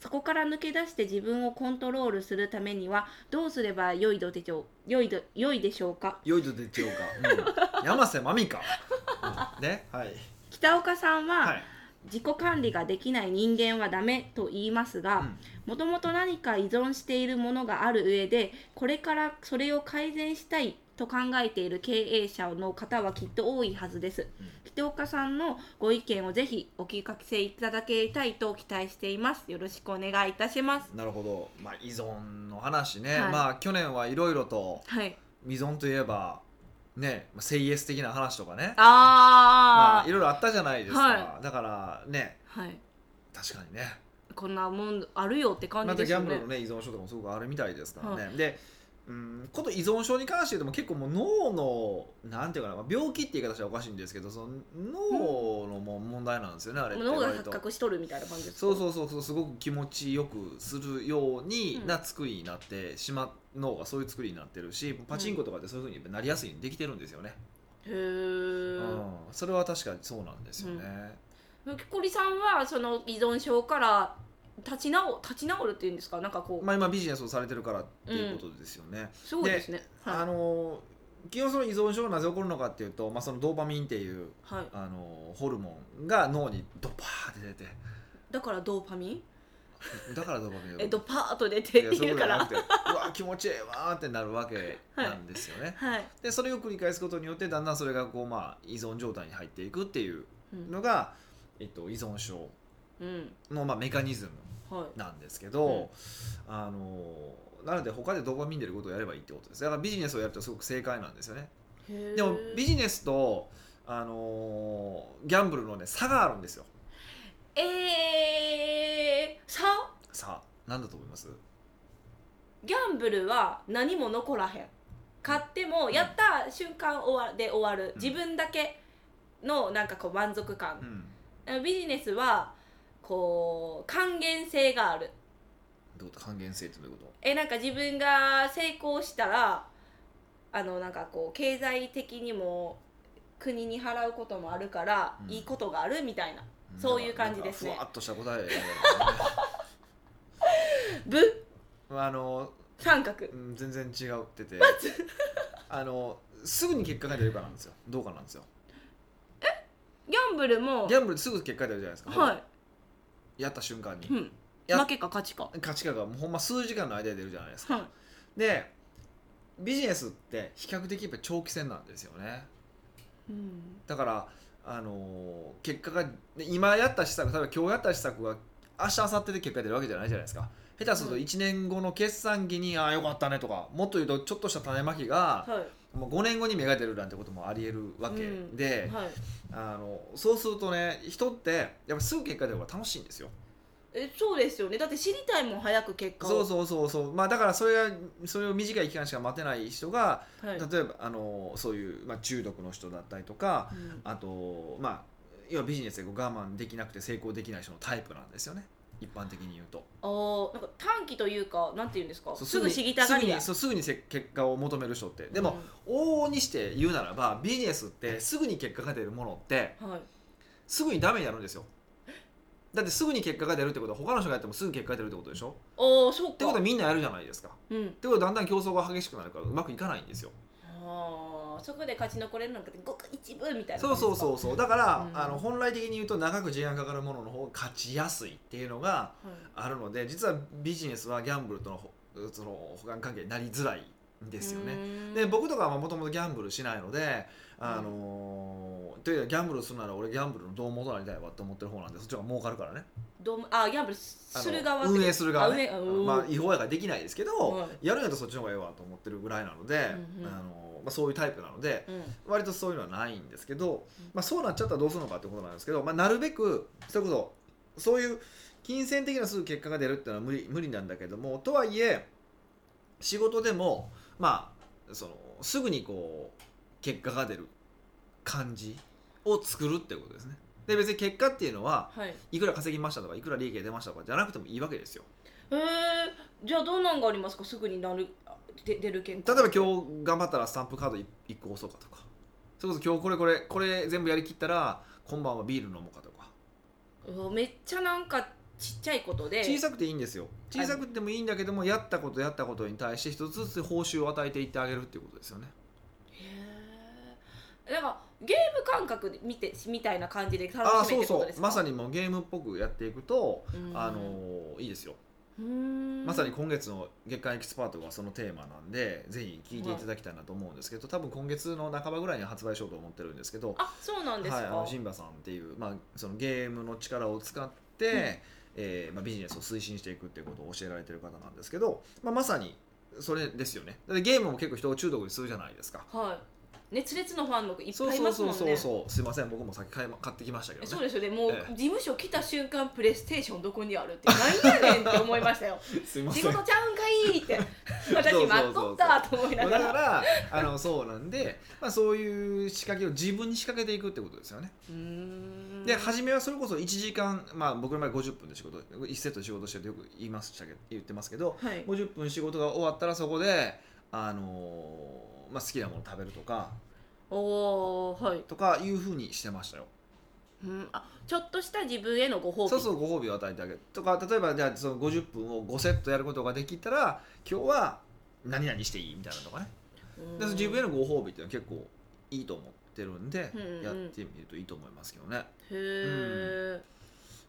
[SPEAKER 2] そこから抜け出して自分をコントロールするためにはどうすればよいどでしょうよいどよいでしょうか
[SPEAKER 1] 良いと出ちゃうか、 うん、山瀬まみか、うん、ねはい
[SPEAKER 2] 北岡さんは、
[SPEAKER 1] はい、
[SPEAKER 2] 自己管理ができない人間はダメと言いますが、
[SPEAKER 1] うん
[SPEAKER 2] もともと何か依存しているものがある上でこれからそれを改善したいと考えている経営者の方はきっと多いはずです、
[SPEAKER 1] うん
[SPEAKER 2] 北岡さんのご意見をぜひお聞かせいただきたいと期待していますよろしくお願いいたします
[SPEAKER 1] なるほどまあ依存の話ね、
[SPEAKER 2] はい
[SPEAKER 1] まあ去年はいろいろと
[SPEAKER 2] はい
[SPEAKER 1] 依存といえばねまあセイエス的な話とかねま
[SPEAKER 2] あ
[SPEAKER 1] あ
[SPEAKER 2] ー、
[SPEAKER 1] いろいろあったじゃないですか、
[SPEAKER 2] は
[SPEAKER 1] だからね
[SPEAKER 2] はい
[SPEAKER 1] 確かにね
[SPEAKER 2] こんなもんあるよって感
[SPEAKER 1] ま
[SPEAKER 2] じ
[SPEAKER 1] た
[SPEAKER 2] です
[SPEAKER 1] ギャ
[SPEAKER 2] よ
[SPEAKER 1] ンブ
[SPEAKER 2] ね
[SPEAKER 1] ルのね依存症とかもすごくあるみたいですからね、でうんこと依存症に関して言うとも結構もう脳のなんていうかなまあ病気って言い方したらおかしいんですけどその脳のも問題なんですよね、あれって
[SPEAKER 2] 脳が
[SPEAKER 1] 割
[SPEAKER 2] 錯
[SPEAKER 1] と
[SPEAKER 2] 覚しとるみたいな感じですか
[SPEAKER 1] そうそうそうそうすごく気持ちよくするように
[SPEAKER 2] うん
[SPEAKER 1] な作りになってしまう脳がそういう作りになってるしパチンコとかってそういうふうにやっぱなりやすいようにできてるんですよね、
[SPEAKER 2] へ
[SPEAKER 1] う
[SPEAKER 2] ー
[SPEAKER 1] んそれは確かにそうなんですよね、
[SPEAKER 2] きこりさんはその依存症から立ち直立ち直るっていうんですかなんかこう、
[SPEAKER 1] まあ、今ビジネスをされてるからっていうことですよね、
[SPEAKER 2] すごいですね
[SPEAKER 1] あ
[SPEAKER 2] は
[SPEAKER 1] の基本その依存症がなぜ起こるのかっていうと、まあ、そのドーパミンっていう
[SPEAKER 2] い、はい、
[SPEAKER 1] あのホルモンが脳にドパーって出 て
[SPEAKER 2] だからドーパミン
[SPEAKER 1] だからドーパミンが
[SPEAKER 2] えドパーッと出
[SPEAKER 1] い
[SPEAKER 2] て
[SPEAKER 1] や
[SPEAKER 2] って
[SPEAKER 1] そうい
[SPEAKER 2] いうう
[SPEAKER 1] こ
[SPEAKER 2] か
[SPEAKER 1] とじゃな
[SPEAKER 2] ら
[SPEAKER 1] くてうわ気持ちええわーってなるわけなんですよね、
[SPEAKER 2] はい、
[SPEAKER 1] でそれを繰り返すことによってだんだんそれがこう、まあ、依存状態に入っていくっていう
[SPEAKER 2] うん
[SPEAKER 1] のが、えっと、依存症
[SPEAKER 2] うん
[SPEAKER 1] の、まあ、メカニズム
[SPEAKER 2] はい
[SPEAKER 1] なんですけど、あのなので他でドーパミン出ることをやればいいってことですだからビジネスをやるとすごく正解なんですよね
[SPEAKER 2] へー
[SPEAKER 1] でもビジネスと、あのーギャンブルの、ね、差があるんですよ
[SPEAKER 2] えー、さ
[SPEAKER 1] 差何だと思います
[SPEAKER 2] ギャンブルは何も残らへん買ってもやった瞬間終わで終わ
[SPEAKER 1] うん
[SPEAKER 2] る、自分だけのなんかこう満足感
[SPEAKER 1] う、ん
[SPEAKER 2] ビジネスはこう還元性がある
[SPEAKER 1] どう還元性ってどういうこと
[SPEAKER 2] えなんか自分が成功したらあのなんかこう経済的にも国に払うこともあるから、
[SPEAKER 1] うん
[SPEAKER 2] いいことがあるみたいなそういう感じですね
[SPEAKER 1] なんかふわっとした答え、
[SPEAKER 2] ぶ
[SPEAKER 1] あの
[SPEAKER 2] 三角
[SPEAKER 1] うん全然違うっててあのすぐに結果が出るかなんですよどうかなんですよ
[SPEAKER 2] ギャンブルも
[SPEAKER 1] ギャンブルすぐ結果出るじゃないですか、
[SPEAKER 2] は
[SPEAKER 1] やった瞬間に
[SPEAKER 2] い、うん、
[SPEAKER 1] や
[SPEAKER 2] 負けか勝ちか
[SPEAKER 1] 価値観がもうほんま数時間の間で出るじゃないですか、
[SPEAKER 2] はい
[SPEAKER 1] でビジネスって比較的やっぱ長期戦なんですよね
[SPEAKER 2] うん
[SPEAKER 1] だからあのー結果がで今やった施策例えば今日やった施策が明日明後日で結果出るわけじゃないじゃないですか下手すると
[SPEAKER 2] うん
[SPEAKER 1] 1年後の決算期に、ああよかったねとかもっと言うとちょっとした種まきが、
[SPEAKER 2] は
[SPEAKER 1] もう5年後に芽が出るなんてこともありえるわけ
[SPEAKER 2] うん
[SPEAKER 1] で
[SPEAKER 2] い、はい、
[SPEAKER 1] あのそうするとね人ってやっぱすぐ結果出る方が楽しいんですよ
[SPEAKER 2] えそうですよねだって知りたいもん早く結果を
[SPEAKER 1] そうそうそうそうまあだからそれがそれを短い期間しか待てない人が
[SPEAKER 2] はい
[SPEAKER 1] 例えばあのそういう、まあ、中毒の人だったりとか
[SPEAKER 2] うん
[SPEAKER 1] あとまあ要はビジネスでこう我慢できなくて成功できない人のタイプなんですよね一般的に言うと
[SPEAKER 2] あーなんか短期というかなんていうんですか
[SPEAKER 1] そう
[SPEAKER 2] すぐ
[SPEAKER 1] に
[SPEAKER 2] 知りたがりや
[SPEAKER 1] すぐにそうすぐにせ結果を求める人ってでも、、往々にして言うならばビジネスってすぐに結果が出るものって
[SPEAKER 2] うんはい
[SPEAKER 1] すぐにダメになるんですよだってすぐに結果が出るってことは他の人がやってもすぐ結果が出るってことでしょ
[SPEAKER 2] おーそうか
[SPEAKER 1] ってことはみんなやるじゃないですかっ
[SPEAKER 2] うん、
[SPEAKER 1] てことはだんだん競争が激しくなるからうまくいかないんですよ
[SPEAKER 2] あーそこで勝ち残れるのかってごく一部みたいな、
[SPEAKER 1] そうそうそううそうだから、
[SPEAKER 2] うん
[SPEAKER 1] あの本来的に言うと長く時間かかるものの方が勝ちやすいっていうのが
[SPEAKER 2] はい
[SPEAKER 1] あるので実はビジネスはギャンブルとのほその保管関係になりづらいんですよね。で僕とかはもともとギャンブルしないので、あのーというかギャンブルするなら俺ギャンブルのどう元になりたいわって思ってる方なんでそっちの方が儲かるからね
[SPEAKER 2] どうもあギャンブル
[SPEAKER 1] あの
[SPEAKER 2] する側
[SPEAKER 1] 運営する側、ね、
[SPEAKER 2] あ運営あおー
[SPEAKER 1] まあ、違法やからできないですけど、
[SPEAKER 2] は
[SPEAKER 1] やるんやったらそっちの方がええわと思ってるぐらいなので、
[SPEAKER 2] うんう
[SPEAKER 1] あ
[SPEAKER 2] ん
[SPEAKER 1] のーまあ、そういうタイプなので、
[SPEAKER 2] うん
[SPEAKER 1] 割とそういうのはないんですけど、まあ、そうなっちゃったらどうするのかってことなんですけど、まあ、なるべくそれこそそういう金銭的なすぐ結果が出るっていうのは無理無理なんだけどもとはいえ仕事でもまあそのすぐにこう結果が出る感じを作るってことですね。で別に結果っていうのは
[SPEAKER 2] はい
[SPEAKER 1] いくら稼ぎましたとかいくら利益が出ましたとかじゃなくてもいいわけですよ。
[SPEAKER 2] えー、じゃあどんなんがありますかすぐになるあで出る
[SPEAKER 1] 例え
[SPEAKER 2] 件
[SPEAKER 1] ば今日頑張ったらスタンプカード1個押そうかとかそれこそ今日これこれこれ全部やりきったら今晩はビール飲もうかとか
[SPEAKER 2] うわめっちゃなんかちっちゃいことで
[SPEAKER 1] 小さくていいんですよ小さくてもいいんだけどもやったことやったことに対して一つずつ報酬を与えていってあげるっていうことですよね
[SPEAKER 2] へーなんかゲーム感覚で見てみたいな感じで楽
[SPEAKER 1] ああ
[SPEAKER 2] しめ
[SPEAKER 1] そ
[SPEAKER 2] るっ
[SPEAKER 1] うそ
[SPEAKER 2] てことです
[SPEAKER 1] う
[SPEAKER 2] か
[SPEAKER 1] まさにもうゲームっぽくやっていくと、
[SPEAKER 2] うん
[SPEAKER 1] あのーいいですよ、
[SPEAKER 2] うーん
[SPEAKER 1] まさに今月の月間エキスパートがそのテーマなんでぜひ聞いていただきたいなと思うんですけど多分今月の半ばぐらいに発売しようと思ってるんですけど
[SPEAKER 2] あそうなんです
[SPEAKER 1] はい、
[SPEAKER 2] か、
[SPEAKER 1] あのシンバさんっていう、まあ、そのゲームの力を使って、えーまあ、ビジネスを推進していくっていうことを教えられてる方なんですけど、まあ、まさにそれですよねだってゲームも結構人を中毒にするじゃないですか
[SPEAKER 2] はい熱烈のファンの子いっ
[SPEAKER 1] そう
[SPEAKER 2] ぱいい
[SPEAKER 1] そう
[SPEAKER 2] ます
[SPEAKER 1] そ
[SPEAKER 2] もん
[SPEAKER 1] う
[SPEAKER 2] ね
[SPEAKER 1] そうそうすいません僕も先買いま買ってきましたけど
[SPEAKER 2] え
[SPEAKER 1] ね
[SPEAKER 2] そうですよねもう、
[SPEAKER 1] ええ
[SPEAKER 2] 事務所来た瞬間プレイステーションどこにあるって何やねんって思いましたよ
[SPEAKER 1] すい ませ
[SPEAKER 2] 仕
[SPEAKER 1] ん
[SPEAKER 2] 事ちゃうんかい って
[SPEAKER 1] そ
[SPEAKER 2] 私
[SPEAKER 1] うそう
[SPEAKER 2] 待
[SPEAKER 1] そう
[SPEAKER 2] っ
[SPEAKER 1] そ
[SPEAKER 2] と
[SPEAKER 1] う
[SPEAKER 2] ったと思いな
[SPEAKER 1] まあ
[SPEAKER 2] が
[SPEAKER 1] だ
[SPEAKER 2] ら
[SPEAKER 1] からあのそうなんで、まあ、そういう仕掛けを自分に仕掛けていくってことですよね
[SPEAKER 2] うーん
[SPEAKER 1] で初めはそれこそ1時間、まあ、僕の前50分で仕事1セットで仕事してるとよく言いましたけど言ってますけど、
[SPEAKER 2] はい
[SPEAKER 1] 50分仕事が終わったらそこで、あのーまあ、好きなもの食べるとか
[SPEAKER 2] おーはい、
[SPEAKER 1] とかいうふうにしてましたよ
[SPEAKER 2] うん、あちょっとした自分へのご褒美
[SPEAKER 1] そうそうご褒美を与えてあげるとか例えばじゃあその50分を5セットやることができたら今日は何々していいみたいなとかね
[SPEAKER 2] うん
[SPEAKER 1] でその自分へのご褒美っていうのは結構いいと思ってるんで、
[SPEAKER 2] うんうんうん
[SPEAKER 1] やってみるといいと思いますけどね
[SPEAKER 2] へー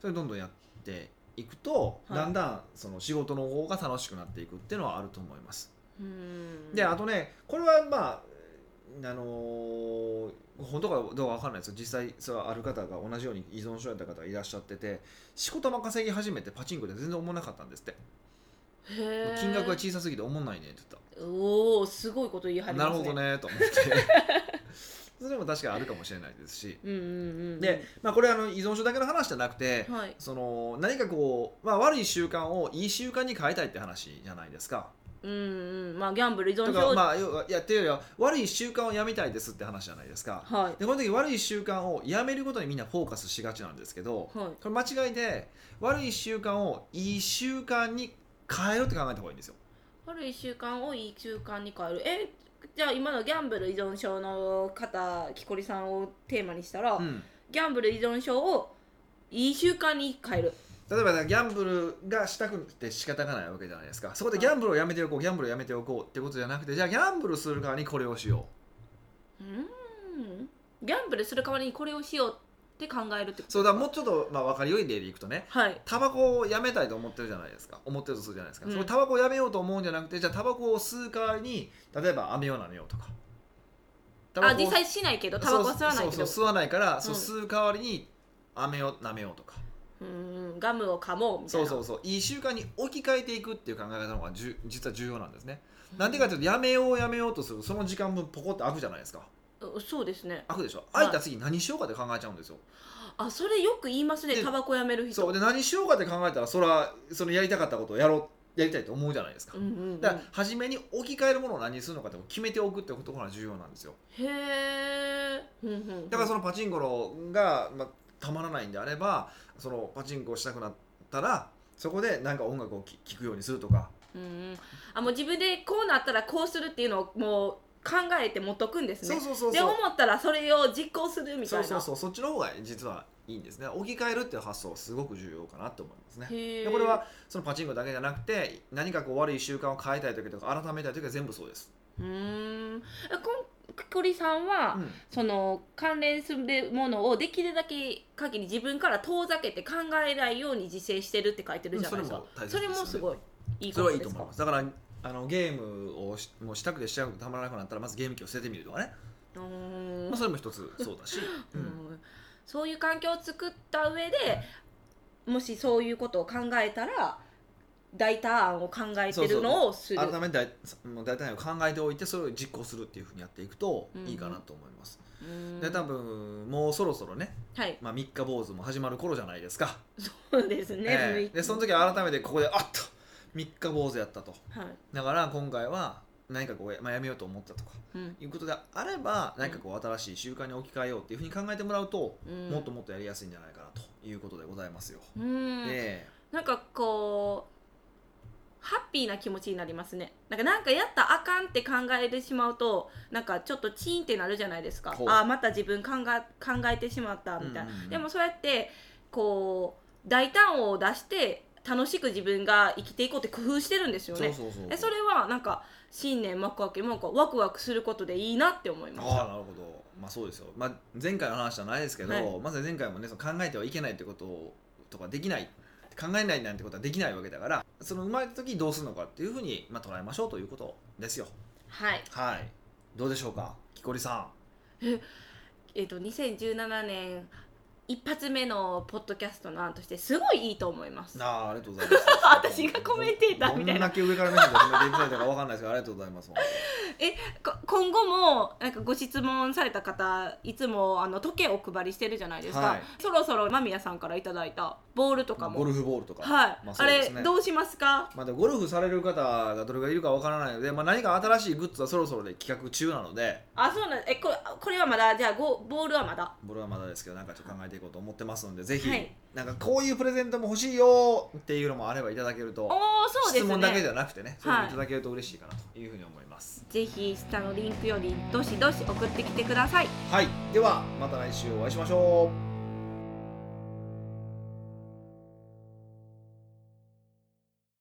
[SPEAKER 1] それどんどんやっていくと、
[SPEAKER 2] はい
[SPEAKER 1] だんだんその仕事の方が楽しくなっていくっていうのはあると思います
[SPEAKER 2] うん
[SPEAKER 1] であとねこれはまああのー本当かどうかわかんないですよ実際そうある方が同じように依存症やった方がいらっしゃってて仕事も稼ぎ始めてパチンコで全然思わなかったんですって
[SPEAKER 2] へー
[SPEAKER 1] 金額が小さすぎて思わないねって言っ
[SPEAKER 2] おおすごいこと言い
[SPEAKER 1] た、
[SPEAKER 2] 張り
[SPEAKER 1] な
[SPEAKER 2] ま
[SPEAKER 1] る
[SPEAKER 2] す
[SPEAKER 1] ほ
[SPEAKER 2] ね
[SPEAKER 1] どねと思って それも確かにあるかもしれないですし
[SPEAKER 2] うんうんうんうん
[SPEAKER 1] で、まあ、これあの依存症だけの話じゃなくて
[SPEAKER 2] はい
[SPEAKER 1] その何かこう、まあ、悪い習慣をいい習慣に変えたいって話じゃないですか
[SPEAKER 2] うんうんまあギャンブル依存
[SPEAKER 1] だ
[SPEAKER 2] 症
[SPEAKER 1] からまあ要はいやっていうよりは悪い習慣をやめたいですって話じゃないですか
[SPEAKER 2] はい
[SPEAKER 1] でこの時悪い習慣をやめることにみんなフォーカスしがちなんですけど
[SPEAKER 2] はい
[SPEAKER 1] これ間違いで悪い習慣をいい習慣に変えるって考えた方がいいんですよ
[SPEAKER 2] ある1週間をいい習慣に変えるえじゃあ今のギャンブル依存症の方木こりさんをテーマにしたら、
[SPEAKER 1] うん、
[SPEAKER 2] ギャンブル依存症をいい習慣に変える
[SPEAKER 1] 例えば、ね、ギャンブルがしたくて仕方がないわけじゃないですかそこでギャンブルをやめておこうギャンブルをやめておこうってことじゃなくてじゃあギャンブルする側にこれをしよ
[SPEAKER 2] うーんギャンブルする代わりにこれをしようって考えるってこ
[SPEAKER 1] う
[SPEAKER 2] と
[SPEAKER 1] そうだからもうちょっと、まあ、分かりよい例でいくとね
[SPEAKER 2] はい
[SPEAKER 1] タバコをやめたいと思ってるじゃないですか思ってるとするじゃないですか、
[SPEAKER 2] うん
[SPEAKER 1] そのタバコをやめようと思うんじゃなくてじゃあタバコを吸う代わりに例えば飴を舐めようとかタバ
[SPEAKER 2] あ
[SPEAKER 1] コを
[SPEAKER 2] 実際しないけどタバコは吸わない
[SPEAKER 1] そうそ
[SPEAKER 2] けど
[SPEAKER 1] うそう吸わないから、そう
[SPEAKER 2] うん
[SPEAKER 1] 吸う代わりに飴を舐めようとか
[SPEAKER 2] うーんガムを噛もうみたい
[SPEAKER 1] そ
[SPEAKER 2] な
[SPEAKER 1] うそうそういい習慣に置き換えていくっていう考え方の方がじゅ実は重要なんですねなんでかというとやめようやめようとするとその時間分ポコって開くじゃないですか
[SPEAKER 2] うんそうですね
[SPEAKER 1] 開くでしょ
[SPEAKER 2] はい
[SPEAKER 1] 開いた次何しようかって考えちゃうんですよ、
[SPEAKER 2] あそれよく言いますね
[SPEAKER 1] で
[SPEAKER 2] タバコやめる人
[SPEAKER 1] そうで何しようかって考えたらそれはそのやりたかったことをやろうやりたいと思うじゃないですか、
[SPEAKER 2] うんうんうん、
[SPEAKER 1] だから初めに置き換えるものを何にするのかって決めておくってことが重要なんですよ
[SPEAKER 2] へえ、うんうん、
[SPEAKER 1] だからそのパチンコのが、まあ、たまらないんであればそのパチンコをしたくなったらそこでなんか音楽をき聴くようにするとか
[SPEAKER 2] うんうん、あもう自分でこうなったらこうするっていうのをもう考えて持っとくんですね
[SPEAKER 1] そうそうそう
[SPEAKER 2] で
[SPEAKER 1] そ
[SPEAKER 2] 思
[SPEAKER 1] う
[SPEAKER 2] ったらそれを実行するみたい
[SPEAKER 1] そう
[SPEAKER 2] な
[SPEAKER 1] そうそうそっちの方が実はいいんですね置き換えるっていう発想はすごく重要かなと思いますね
[SPEAKER 2] へ
[SPEAKER 1] で
[SPEAKER 2] え
[SPEAKER 1] これはそのパチンコだけじゃなくて何かこう悪い習慣を変えたい時とか改めたい時は全部そうです、
[SPEAKER 2] うーんえこんくくりさんは、
[SPEAKER 1] うん
[SPEAKER 2] その関連するものをできるだけ限り自分から遠ざけて考えないように自制してるって書いてるじゃないですか、
[SPEAKER 1] うん
[SPEAKER 2] そ
[SPEAKER 1] そ
[SPEAKER 2] れ
[SPEAKER 1] れ
[SPEAKER 2] も
[SPEAKER 1] も大切ですよね
[SPEAKER 2] すごいいい
[SPEAKER 1] そ
[SPEAKER 2] こ
[SPEAKER 1] れは
[SPEAKER 2] と
[SPEAKER 1] いいと
[SPEAKER 2] です
[SPEAKER 1] 思い
[SPEAKER 2] か
[SPEAKER 1] ますだからあのゲームをしもうしたくてしたくてたまらなくなったらまずゲーム機を捨ててみるとかね、
[SPEAKER 2] うーん
[SPEAKER 1] まあ、それも一つそうだし、う
[SPEAKER 2] うん んそういう環境を作った上でもしそういうことを考えたら大胆案を考えてるのをする。
[SPEAKER 1] 改めて大もう大体を考えておいてそれを実行するっていうふうにやっていくと
[SPEAKER 2] うん
[SPEAKER 1] いいかなと思います、
[SPEAKER 2] うーん
[SPEAKER 1] で多分もうそろそろね、
[SPEAKER 2] はい
[SPEAKER 1] まあ、三日坊主も始まる頃じゃないですか、
[SPEAKER 2] そうですね。
[SPEAKER 1] ええでその時
[SPEAKER 2] は
[SPEAKER 1] 改めてここであっと三日坊主やったと
[SPEAKER 2] はい
[SPEAKER 1] だから今回は何かこう、まあ、やめようと思ったとか
[SPEAKER 2] うん
[SPEAKER 1] いうことであれば何かこう新しい習慣に置き換えようっていうふうに考えてもらうと、
[SPEAKER 2] うん
[SPEAKER 1] もっともっとやりやすいんじゃないかなということでございますよ。
[SPEAKER 2] うん
[SPEAKER 1] え
[SPEAKER 2] なんかこうハッピーな気持ちになりますねなんかなんかやったらあかんって考えてしまうとなんかちょっとチーンってなるじゃないですか
[SPEAKER 1] ほう
[SPEAKER 2] ああまた自分考え考えてしまったみたいな、
[SPEAKER 1] うんうんうん
[SPEAKER 2] でもそうやってこう大胆を出して楽しく自分が生きていこうって工夫してるんです
[SPEAKER 1] え
[SPEAKER 2] よね
[SPEAKER 1] そうそうそう
[SPEAKER 2] えそれはなんか新年幕開けもなんかワクワクすることでいいなって思いまし
[SPEAKER 1] ああ
[SPEAKER 2] た
[SPEAKER 1] なるほど、まあ、そうですよ、まあ、前回の話じゃないですけど、
[SPEAKER 2] はい
[SPEAKER 1] まず前回もねその考えてはいけないってことをとかできない考えないなんてことはできないわけだからその生まれた時どうするのかっていうふうに、まあ、捉えましょうということですよ
[SPEAKER 2] はい
[SPEAKER 1] はいどうでしょうかきこりさ
[SPEAKER 2] えっ、と2017年一発目のポッドキャストの案としてすごいいいと思います
[SPEAKER 1] んああありがとうござい ます
[SPEAKER 2] 私がコメンテーターみたい
[SPEAKER 1] ど
[SPEAKER 2] な
[SPEAKER 1] んだけ上から目線でコメンテーターかわかんないですけどありがとうございます本当に
[SPEAKER 2] こ今後もなんかご質問された方いつもあの時計お配りしてるじゃないですか、
[SPEAKER 1] はい
[SPEAKER 2] そろそろ間宮さんからいただいたボールとかも
[SPEAKER 1] ゴルフボールとか
[SPEAKER 2] はい、
[SPEAKER 1] まあそ
[SPEAKER 2] あ
[SPEAKER 1] うですね
[SPEAKER 2] れどうしますか
[SPEAKER 1] まあ、でもゴルフされる方がどれがいるかわからないので、まあ、何か新しいグッズはそろそろで企画中なので
[SPEAKER 2] あそうなんえここれはまだじゃあゴボールはまだ
[SPEAKER 1] ボールはまだですけどなんかちょっと考えていこうと思ってますのでぜひ、
[SPEAKER 2] はい
[SPEAKER 1] なんかこういうプレゼントも欲しいよっていうのもあればいただける
[SPEAKER 2] お
[SPEAKER 1] と、
[SPEAKER 2] おそう
[SPEAKER 1] 質
[SPEAKER 2] です
[SPEAKER 1] 問だけじ
[SPEAKER 2] ね
[SPEAKER 1] ゃなくてねそれもいただけると嬉しいかなというふうに思います
[SPEAKER 2] ぜひ下のリンクよりどしどし送ってきてください
[SPEAKER 1] はい、ではまた来週お会いしましょう